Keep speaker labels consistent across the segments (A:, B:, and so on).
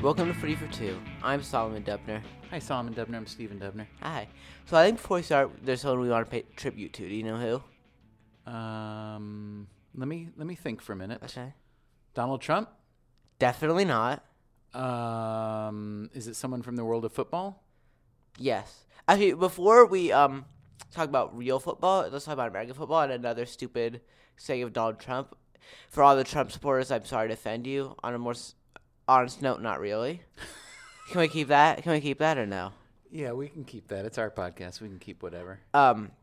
A: Welcome to Footy for Two. I'm Solomon Dubner.
B: Hi, Solomon Dubner. I'm Stephen Dubner.
A: Hi. So I think before we start, there's someone we want to pay tribute to. Do you know who?
B: Um, let me let me think for a minute.
A: Okay.
B: Donald Trump.
A: Definitely not.
B: Um, is it someone from the world of football?
A: Yes. Actually, before we um talk about real football, let's talk about American football and another stupid saying of Donald Trump. For all the Trump supporters, I'm sorry to offend you. On a more s- honest note, not really. Can we keep that? Can we keep that or no?
B: Yeah, we can keep that. It's our podcast. We can keep whatever.
A: Um,
B: Uh,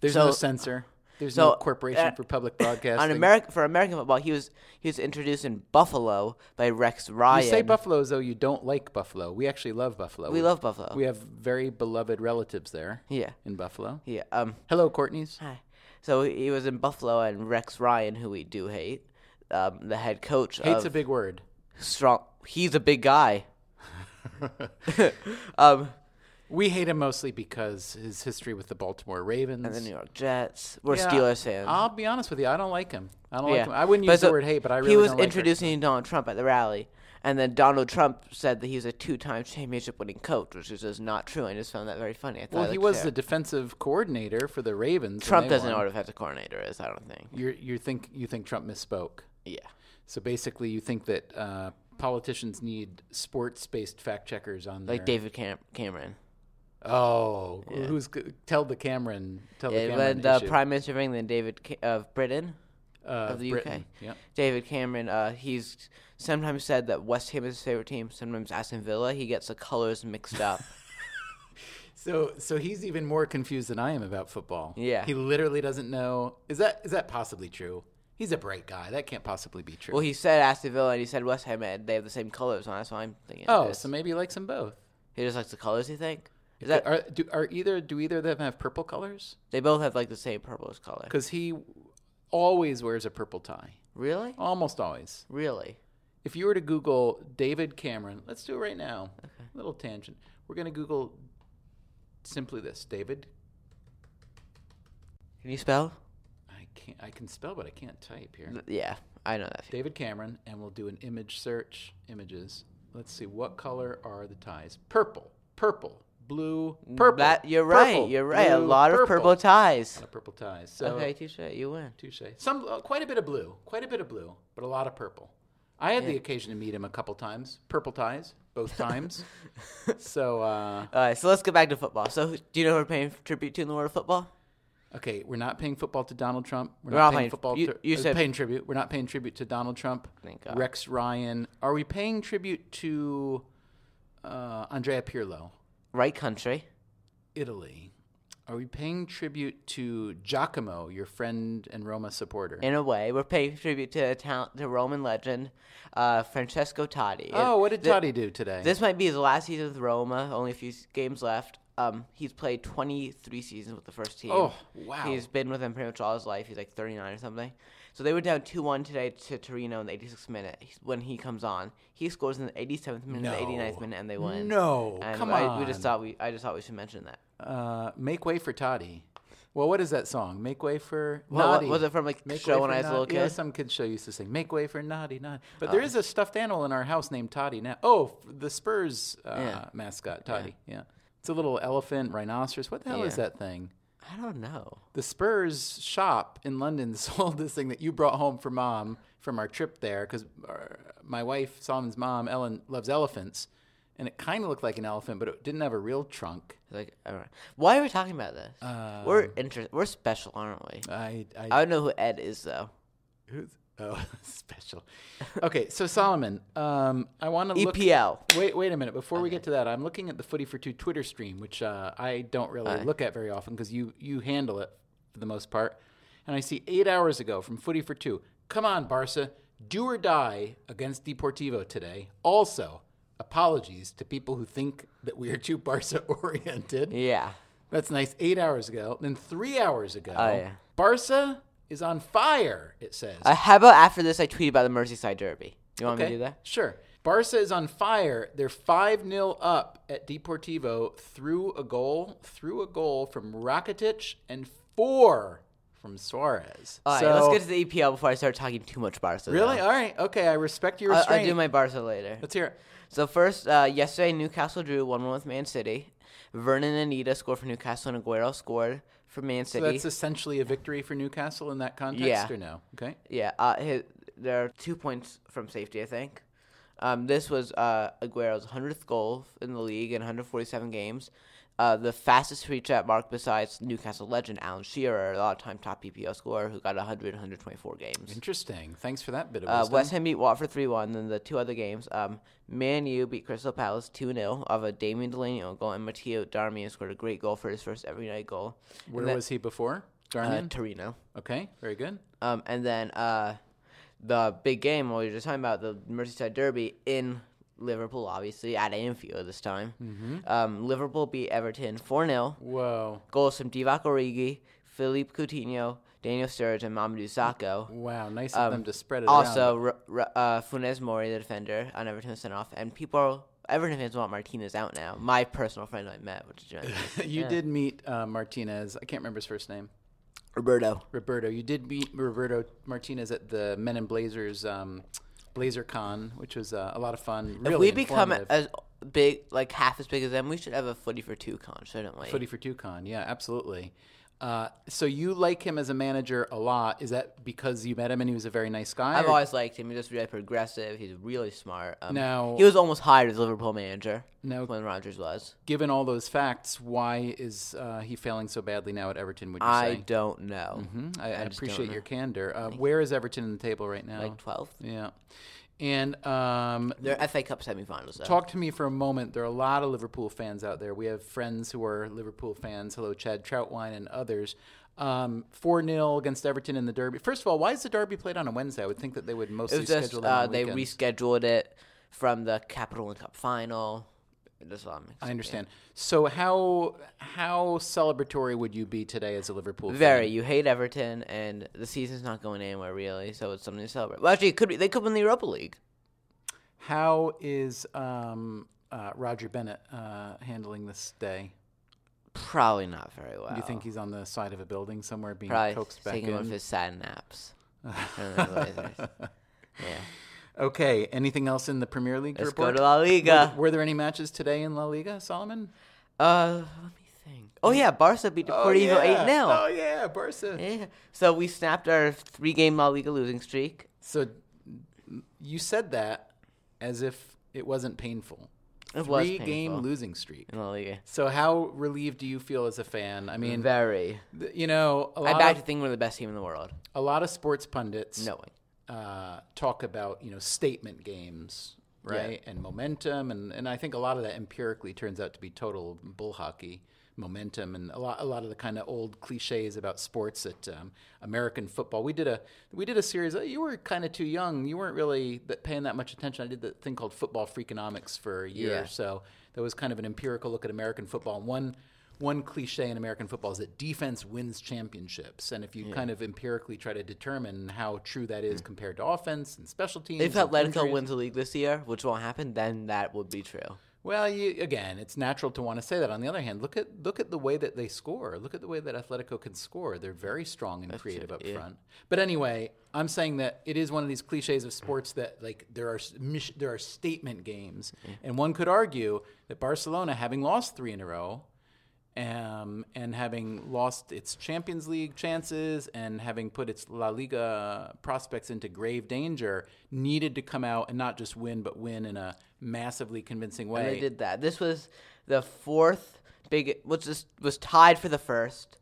B: There's
A: So-
B: no censor. There's
A: so,
B: no Corporation
A: uh,
B: for Public Broadcasting.
A: on America for American football, he was he was introduced in Buffalo by Rex
B: you
A: Ryan.
B: say Buffalo as though you don't like Buffalo. We actually love Buffalo.
A: We love Buffalo.
B: We have very beloved relatives there
A: yeah,
B: in Buffalo.
A: yeah. Um,
B: Hello, Courtney's.
A: Hi. So he was in Buffalo, and Rex Ryan, who we do hate, um, the head coach
B: Hate's
A: of
B: a big word.
A: strong. He's a big guy. um,
B: We hate him mostly because his history with the Baltimore Ravens.
A: the New York Jets. We're
B: Yeah,
A: Steelers fans.
B: I'll be honest with you. I don't like him. I don't
A: Yeah.
B: like him. I wouldn't
A: But
B: use
A: so
B: the word hate, but I really
A: he was
B: don't like Rick.
A: introducing Donald Trump at the rally, and then Donald Trump said that he was a two-time championship-winning coach, which is just not true. I just found that very funny. I thought
B: Well,
A: I'd
B: he
A: like
B: was
A: to
B: the
A: share.
B: defensive coordinator for the Ravens. and
A: Trump
B: they
A: doesn't know what
B: won.
A: a defensive coordinator is. I don't think.
B: You you think you think Trump misspoke?
A: Yeah.
B: So basically, you think that uh, politicians need sports-based fact checkers on
A: Like
B: their-
A: David Cam- Cameron.
B: Oh, who's g- tell the Cameron? Tell the
A: Yeah,
B: Cameron
A: when the
B: issue.
A: Prime Minister of England, David Ca- of Britain,
B: Uh,
A: of the
B: Britain.
A: UK.
B: Yep.
A: David Cameron, uh, he's sometimes said that West Ham is his favorite team, sometimes Aston Villa. He gets the colors mixed up.
B: So so he's even more confused than I am about football.
A: Yeah.
B: He literally doesn't know. Is that is that possibly true? He's a bright guy. That can't possibly be true.
A: well, he said Aston Villa and he said West Ham, and they have the same colors on. That's why I'm thinking.
B: oh,
A: it is.
B: so maybe he likes them both.
A: he just likes the colors. You think? Is that
B: are do are either do either of them have purple colors?
A: they both have like the same purplish color?
B: Because he always wears a purple tie,
A: Really?
B: almost always.
A: Really?
B: If you were to Google David Cameron, let's do it right now. Little tangent. We're gonna Google simply this: David.
A: Can you spell?
B: I can't. I can spell, but I can't type here.
A: Th- Yeah, I know that.
B: David Cameron, and we'll do an image search. Images. Let's see what color are the ties. Purple. Purple. Blue. Purple.
A: Mm, That- you're
B: purple,
A: right. You're right. a
B: blue,
A: lot of purple ties.
B: A lot of purple ties. So
A: okay, touche. You win.
B: Touche. Some uh, quite a bit of blue, quite a bit of blue, but a lot of purple. I had the occasion to meet him a couple times. Purple ties, both times. so uh,
A: All right, so let's get back to football. So, who- do you know who we're paying tribute to in the world of football?
B: okay, we're not paying football to Donald Trump. We're,
A: We're
B: not,
A: not
B: paying,
A: paying-
B: football.
A: you-
B: to,
A: you
B: uh,
A: said-
B: paying tribute. We're not paying tribute to Donald Trump.
A: Thank God.
B: Rex Ryan. Are we paying tribute to uh, Andrea Pirlo,
A: Right country.
B: Italy? Are we paying tribute to Giacomo, your friend and Roma supporter?
A: in a way. We're paying tribute to a talent, to Roman legend, uh, Francesco Totti.
B: oh, what did
A: Th-
B: Totti do today?
A: This might be his last season with Roma. Only a few s- games left. Um, he's played 23 seasons with the first team.
B: Oh, wow.
A: He's been with them pretty much all his life. He's like 39 or something. So they were down 2-1 today to Torino in the 86th minute. He's- When he comes on, he scores in the 87th minute, the 89th
B: No.
A: minute, and they win.
B: No,
A: and
B: come
A: I, We just
B: on.
A: thought we. I just thought we should mention that.
B: Uh, Make Way for Toddy. Well, what is that song? Make Way for
A: What- what-
B: Naughty.
A: was it from, like,
B: Make
A: show
B: Way
A: when
B: for
A: I was a
B: Naughty.
A: little
B: Yeah,
A: kid? Oh.
B: some kids show used to sing Make Way for Naughty Naughty. But there is a stuffed animal in our house named Toddy now. Oh, f- the Spurs uh,
A: Yeah.
B: mascot, Toddy. Yeah. It's a little elephant, rhinoceros. What the hell is
A: Yeah.
B: that thing?
A: I don't know.
B: The Spurs shop in London sold this thing that you brought home for mom from our trip there because my wife, Solomon's mom, Ellen, loves elephants. And it kind of looked like an elephant, but it didn't have a real trunk.
A: Like, I don't know. why are we talking about this? we're inter- We're special, aren't we?
B: I, Um, I
A: I don't know who Ed is though.
B: Who's oh special? Okay, so Solomon, um, I want to look.
A: EPL.
B: Wait, wait a minute. Before we get to that, I'm looking at the Footy for Two Twitter stream, which uh, I don't really look at very often because you you handle it for the most part. And I see eight hours ago from Footy for Two. Come on, Barca, do or die against Deportivo today. Also, apologies to people who think that we are too Barca oriented.
A: Yeah.
B: That's nice. Eight hours ago, then three hours ago,
A: yeah.
B: Barca is on fire. It says.
A: Uh, how about after this, I tweet about the Merseyside Derby. You want me to do that?
B: Sure. Barca is on fire. They're 5 0 up at Deportivo through a goal, through a goal from Rakitic and four from Suarez.
A: All right, let's get to the EPL before I start talking too much Barca. though.
B: really? All right. Okay. I respect your
A: I'll,
B: restraint.
A: I'll do my Barca later.
B: Let's hear it.
A: So first, uh, yesterday Newcastle drew one one with Man City. Vernon and Anita scored for Newcastle, and Aguero scored for Man
B: So
A: City.
B: that's essentially a victory for Newcastle in that context,
A: Yeah.
B: or no? Okay.
A: yeah, uh, his, there are two points from safety, I think. Um, this was uh, Aguero's hundredth goal in the league in 147 games. Uh, the fastest reach that mark besides Newcastle legend Alan Shearer, a lot of time top PPO scorer who got 100 124 games.
B: Interesting. Thanks for that bit of
A: Uh,
B: wisdom.
A: West Ham beat Watford 3 1. Then the two other games, um, Man U beat Crystal Palace 2 0 of a Damien Delaney own goal, and Matteo Darmian scored a great goal for his first every night goal. And
B: Where
A: then,
B: was he before?
A: uh,
B: Darmian.
A: Torino.
B: okay. Very good.
A: Um, and then uh, the big game, what we were just talking about, the Merseyside Derby in Liverpool, obviously, at Anfield this time.
B: Mm-hmm.
A: Um, Liverpool beat Everton 4 0.
B: Whoa.
A: Goals from Divock Origi, Philippe Coutinho, Daniel Sturridge, and Mamadou Sakho.
B: Wow. Nice of them to spread it around.
A: Um, Also, r- r- uh, Funes Mori, the defender on Everton, was sent off, and people, Everton fans want Martinez out now. My personal friend I met, which is giant.
B: you did meet uh, Martinez. I can't remember his first name.
A: Roberto.
B: Roberto. You did meet Roberto Martinez at the Men in Blazers um, Blazer Con, which was uh, a lot of fun. Really
A: if we become
B: informative.
A: as big, like half as big as them, we should have a footy for two con, shouldn't we?
B: Footy for two con, yeah, absolutely. Uh, so you like him as a manager a lot. Is that because you met him and he was a very nice guy?
A: I've
B: or-
A: always liked him. He's just really progressive. He's really smart. Um,
B: Now-
A: he was almost hired as Liverpool manager
B: Now-
A: when Rodgers was.
B: given all those facts, why is uh, he failing so badly now at Everton? Would you
A: I
B: say?
A: don't know.
B: Hmm? I, I,
A: just don't
B: appreciate
A: know.
B: your candor. Uh, where is Everton in the table right now?
A: Like 12th.
B: yeah, and um,
A: They're FA Cup semifinals, though.
B: Talk to me for a moment. There are a lot of Liverpool fans out there. We have friends who are Liverpool fans. Hello, Chad Troutwine and others. Um, 4 0 against Everton in the Derby. First of all, why is the Derby played on a Wednesday? I would think that they would
A: It
B: mostly
A: was just
B: schedule that
A: uh,
B: on
A: they
B: weekends.
A: rescheduled it from the Capital One Cup final. That's all I'm
B: I understand. So, how how celebratory would you be today as a Liverpool fan?
A: Very. You hate Everton, and the season's not going anywhere really, so it's something to celebrate. Well, actually, it could be, they could win the Europa League.
B: How is um, uh, Roger Bennett uh, handling this day?
A: Probably not very well.
B: Do you think he's on the side of a building somewhere being
A: probably
B: coaxed back
A: taking one of
B: in?
A: his sad naps? From the Blazers. yeah.
B: Okay. Anything else in the Premier League
A: Let's
B: report?
A: go to La Liga.
B: Were there any matches today in La Liga, Solomon?
A: Uh, let me think. Oh yeah, Barca beat Deportivo eight 0
B: Oh yeah, Barca.
A: Yeah. So we snapped our three game La Liga losing streak.
B: So you said that as if it wasn't painful.
A: It was
B: Three game
A: painful.
B: losing streak.
A: in La Liga.
B: So how relieved do you feel as a fan? I mean,
A: Very.
B: th- you know, a
A: Mm. I
B: lot,
A: back
B: of,
A: to think we're the best team in the world.
B: a lot of sports pundits
A: Knowing.
B: uh, talk about you know statement games, right, and momentum, and and I think a lot of that empirically turns out to be total bull hockey. Momentum and a lot, a lot of the kind of old cliches about sports that um, American football. We did a we did a series. uh, You were kind of too young. You weren't really that paying that much attention. I did the thing called football freakonomics for a year
A: Yeah.
B: or so. That was kind of an empirical look at American football. And one one cliche in American football is that defense wins championships. And if you kind of empirically try to determine how true that is compared to offense and special teams,
A: If
B: and
A: Atletico
B: injuries-
A: wins the league this year, which won't happen, then that would be true.
B: well, you, again, it's natural to want to say that. On the other hand, look at look at the way that they score. Look at the way that Atletico can score. They're very strong and creative up front. But anyway, I'm saying that it is one of these cliches of sports that like there are s- mis- there are statement games, and one could argue that Barcelona, having lost three in a row, um, and having lost its Champions League chances and having put its La Liga prospects into grave danger, needed to come out and not just win, but win in a massively convincing way.
A: And they did that. This was the fourth big, which is, was tied for the first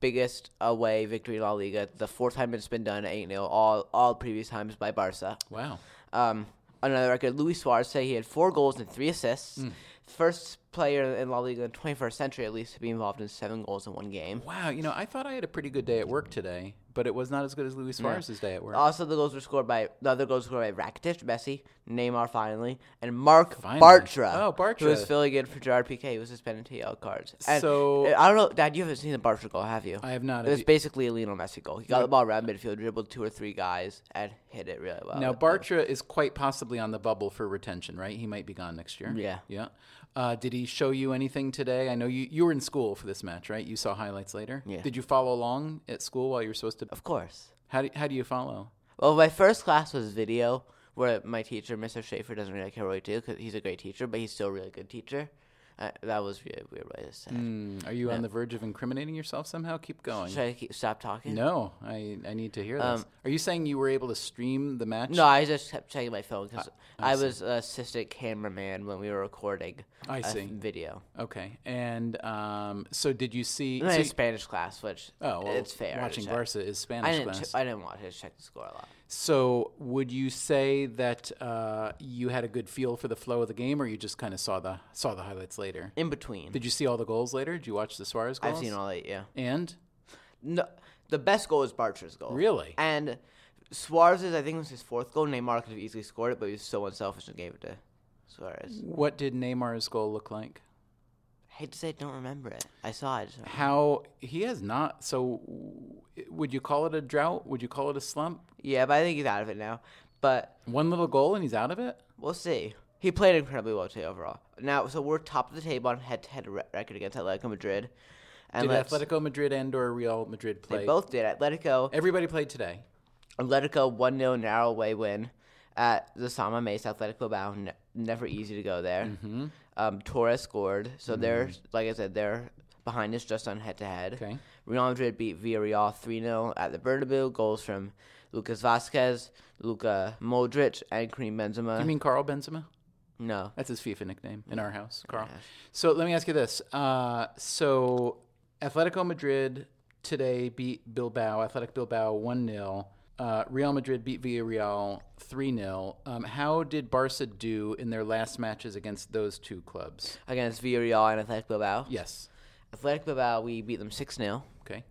A: biggest away victory in La Liga. The fourth time it's been done, 8 0, all, all previous times by Barca.
B: Wow.
A: Um, another record, Luis Suarez say he had four goals and three assists.
B: Hmm.
A: First player in La Liga in the 21st century, at least, to be involved in seven goals in one game.
B: Wow. You know, I thought I had a pretty good day at work today, but it was not as good as Luis Suarez's day at work.
A: Also, the goals were scored by the other goals were scored by Rakitic, Messi, Neymar, finally, and Mark
B: Finally.
A: Bartra.
B: Oh, Bartra.
A: who was filling in for Gerard Piqué, who was suspended to yellow cards. And uh,
B: So-
A: I don't know, Dad. You haven't seen the Bartra goal, have you?
B: I have not.
A: It
B: Have
A: was
B: you-
A: basically a Lionel Messi goal. He got the ball around midfield, dribbled two or three guys, and hit it really well.
B: Now Bartra is quite possibly on the bubble for retention, right? He might be gone next year.
A: Yeah.
B: Yeah. Uh, did he show you anything today? I know you, you were in school for this match, right? You saw highlights later.
A: Yeah.
B: Did you follow along at school while you were supposed to?
A: of course.
B: How do, how do you follow?
A: Well, my first class was video, where my teacher, Mr. Schaefer, doesn't really care what we do because he's a great teacher, but he's still a really good teacher. Uh, that was really weird. Really sad.
B: Mm, are you on the verge of incriminating yourself somehow? Keep going.
A: Should I keep, stop talking?
B: No, I, I need to hear this. are you saying you were able to stream the match?
A: Um, No, I just kept checking my phone because I, was an assistant cameraman when we were recording
B: I
A: a
B: see.
A: video.
B: Okay. And um, so did you see?
A: I
B: so
A: had
B: you-
A: a Spanish class, which
B: oh, well,
A: it's fair. to
B: Watching
A: check.
B: Barca is Spanish
A: I didn't.
B: class.
A: Ch- I didn't watch it. I checked the score a lot.
B: So, would you say that uh, you had a good feel for the flow of the game, or you just kind of saw the saw the highlights later?
A: In between,
B: Did you see all the goals later? Did you watch the Suarez goals?
A: I've seen all eight. Yeah.
B: And
A: No, the best goal is Bartra's goal.
B: Really?
A: And Suarez's, I think, was his fourth goal. Neymar could have easily scored it, but he was so unselfish and gave it to Suarez.
B: what did Neymar's goal look like?
A: I hate to say, I don't remember it. I saw it. so-
B: How he has not. So, w- would you call it a drought? Would you call it a slump?
A: Yeah, but I think he's out of it now. But
B: One little goal and he's out of it.
A: We'll see. He played incredibly well today overall. Now, so we're top of the table on head-to-head re- record against Atletico Madrid, and
B: Did
A: let's-
B: Atletico Madrid and or Real Madrid play?
A: they both did. Atletico,
B: Everybody played today.
A: Atletico one 0 narrow away win at the Sama Mesa Atletico Bao. Ne- never easy to go there. Um, Torres scored, so they're like I said, they're behind us just on head-to-head.
B: Okay.
A: Real Madrid beat Villarreal 3 0 at the Bernabeu. Goals from Lucas Vasquez, Luka Modric, and Karim Benzema.
B: You mean Carl Benzema?
A: no.
B: That's his FIFA nickname in our house, Carl. So let me ask you this. Uh, so Atletico Madrid today beat Bilbao, Athletic Bilbao 1 0. Uh, Real Madrid beat Villarreal 3 0. Um, how did Barca do in their last matches against those two clubs?
A: Against Villarreal and Athletic Bilbao.
B: Yes.
A: Athletic Bilbao, we beat them 6 0.
B: Okay.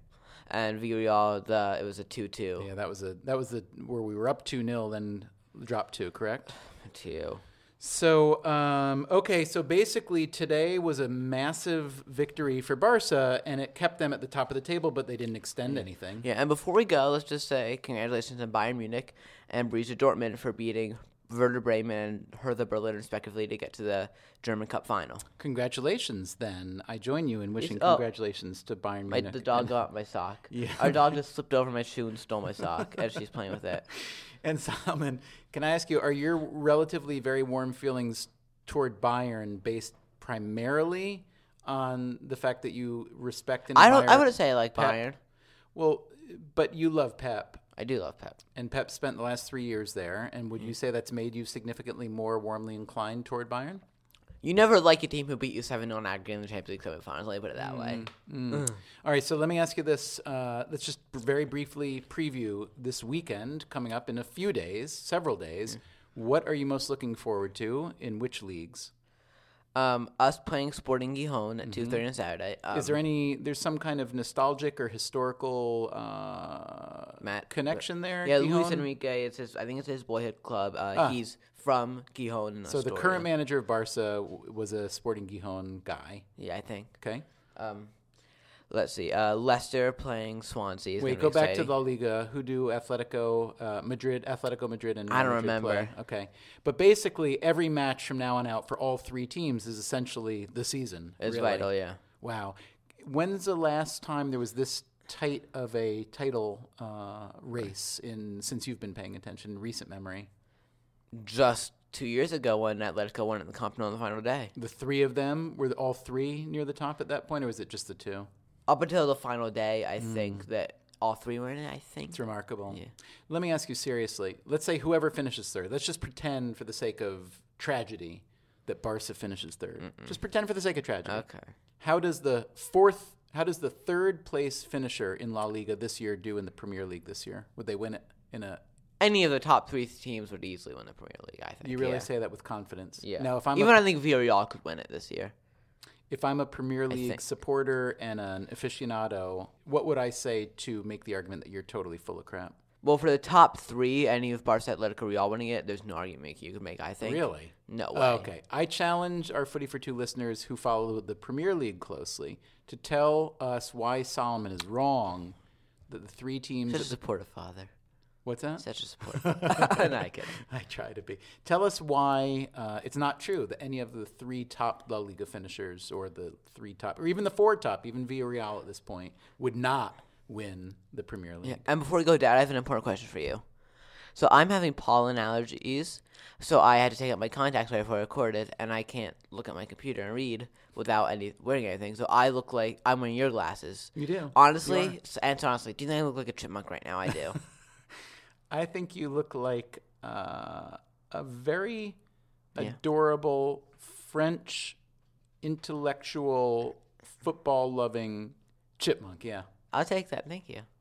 A: And Villarreal, the, it was a 2 2.
B: Yeah, that was a that was the where we were up 2 0, then dropped 2, correct?
A: 2.
B: So, um, okay, so basically today was a massive victory for Barca, and it kept them at the top of the table, but they didn't extend anything.
A: Yeah, and before we go, let's just say congratulations to Bayern Munich and Borussia Dortmund for beating Werder Bremen and Hertha Berlin, respectively, to get to the German Cup final.
B: Congratulations, then. I join you in wishing
A: oh.
B: congratulations to Bayern
A: My,
B: Munich.
A: the dog got my sock. Our dog just slipped over my shoe and stole my sock, and she's playing with it.
B: And Solomon, can I ask you, are your relatively very warm feelings toward Bayern based primarily on the fact that you respect and
A: I don't. I
B: admire-
A: wouldn't say I like
B: Pep.
A: Bayern.
B: Well, but you love Pep.
A: I do love Pep.
B: And Pep spent the last three years there. And would
A: Mm-hmm.
B: you say that's made you significantly more warmly inclined toward Bayern?
A: You never like a team who beat you seven 0 aggregate in the Champions League semifinals. Let me put it that way. Hmm.
B: All right, so let me ask you this. Uh, let's just b- very briefly preview this weekend coming up in a few days, several
A: Hmm.
B: days. What are you most looking forward to in which leagues? Mm.
A: Um, us playing Sporting Gijon at two thirty on Saturday. Um,
B: Mm-hmm. Is there any, there's some kind of nostalgic or historical uh,
A: Matt,
B: connection there?
A: Yeah, Luis
B: Gijon?
A: Enrique. It's his. I think it's his boyhood club. Uh, He's from Gijon. In
B: Ah. So the current manager of Barca w- was a Sporting Gijon guy.
A: Yeah, I think.
B: Okay.
A: Um, let's see. Uh, Leicester playing Swansea. Is
B: Wait,
A: gonna
B: go
A: be
B: back to
A: exciting.
B: La Liga. Who do Atletico uh, Madrid, Atletico Madrid, and Real
A: I don't
B: Madrid play?
A: remember.
B: Okay, but basically every match from now on out for all three teams is essentially the season.
A: It's
B: really.
A: vital. Yeah.
B: Wow, when's the last time there was this tight of a title uh, race in since you've been paying attention? in Recent memory,
A: Just two years ago, when Atletico won at the Camp Nou on the final day.
B: the three of them were all three near the top at that point, or was it just the two?
A: Up until the final day, I think that all three were in it. I think.
B: Hmm. It's remarkable. Let me ask you seriously. Let's say whoever finishes third, let's just pretend for the sake of tragedy that Barca finishes 3rd Just pretend for the sake of tragedy.
A: Okay.
B: How does the fourth how does the third place finisher in La Liga this year do in the Premier League this year? Would they win it in a
A: Any of the top three teams would easily win the Premier League. I think.
B: you really
A: yeah.
B: say that with confidence?
A: Yeah.
B: Now if I'm
A: even
B: a,
A: I think Villarreal could win it this year.
B: if I'm a Premier League
A: think-
B: supporter and an aficionado, what would I say to make the argument that you're totally full of crap?
A: Well, for the top three, any of Barca, Atletico, Real winning it, there's no argument you could make. I think.
B: Really? Uh,
A: No way.
B: Oh, Okay. I challenge our Footy for Two listeners who follow the Premier League closely to tell us why Solomon is wrong that the three teams.
A: Such a supportive father.
B: what's that?
A: Such a supportive. father. no, I kid.
B: I try to be. Tell us why uh, it's not true that any of the three top La Liga finishers or the three top, or even the four top, even Villarreal at this point, would not win the Premier League.
A: And before we go, Dad, I have an important question for you. So I'm having pollen allergies, so I had to take out my contacts right before I recorded, and I can't look at my computer and read without any wearing anything. So I look like I'm wearing your glasses.
B: You do.
A: Honestly, s- and so honestly, do you think I look like a chipmunk right now? I do.
B: I think you look like uh, a very
A: Yeah.
B: adorable French intellectual football loving chipmunk. Yeah.
A: I'll take that. Thank you.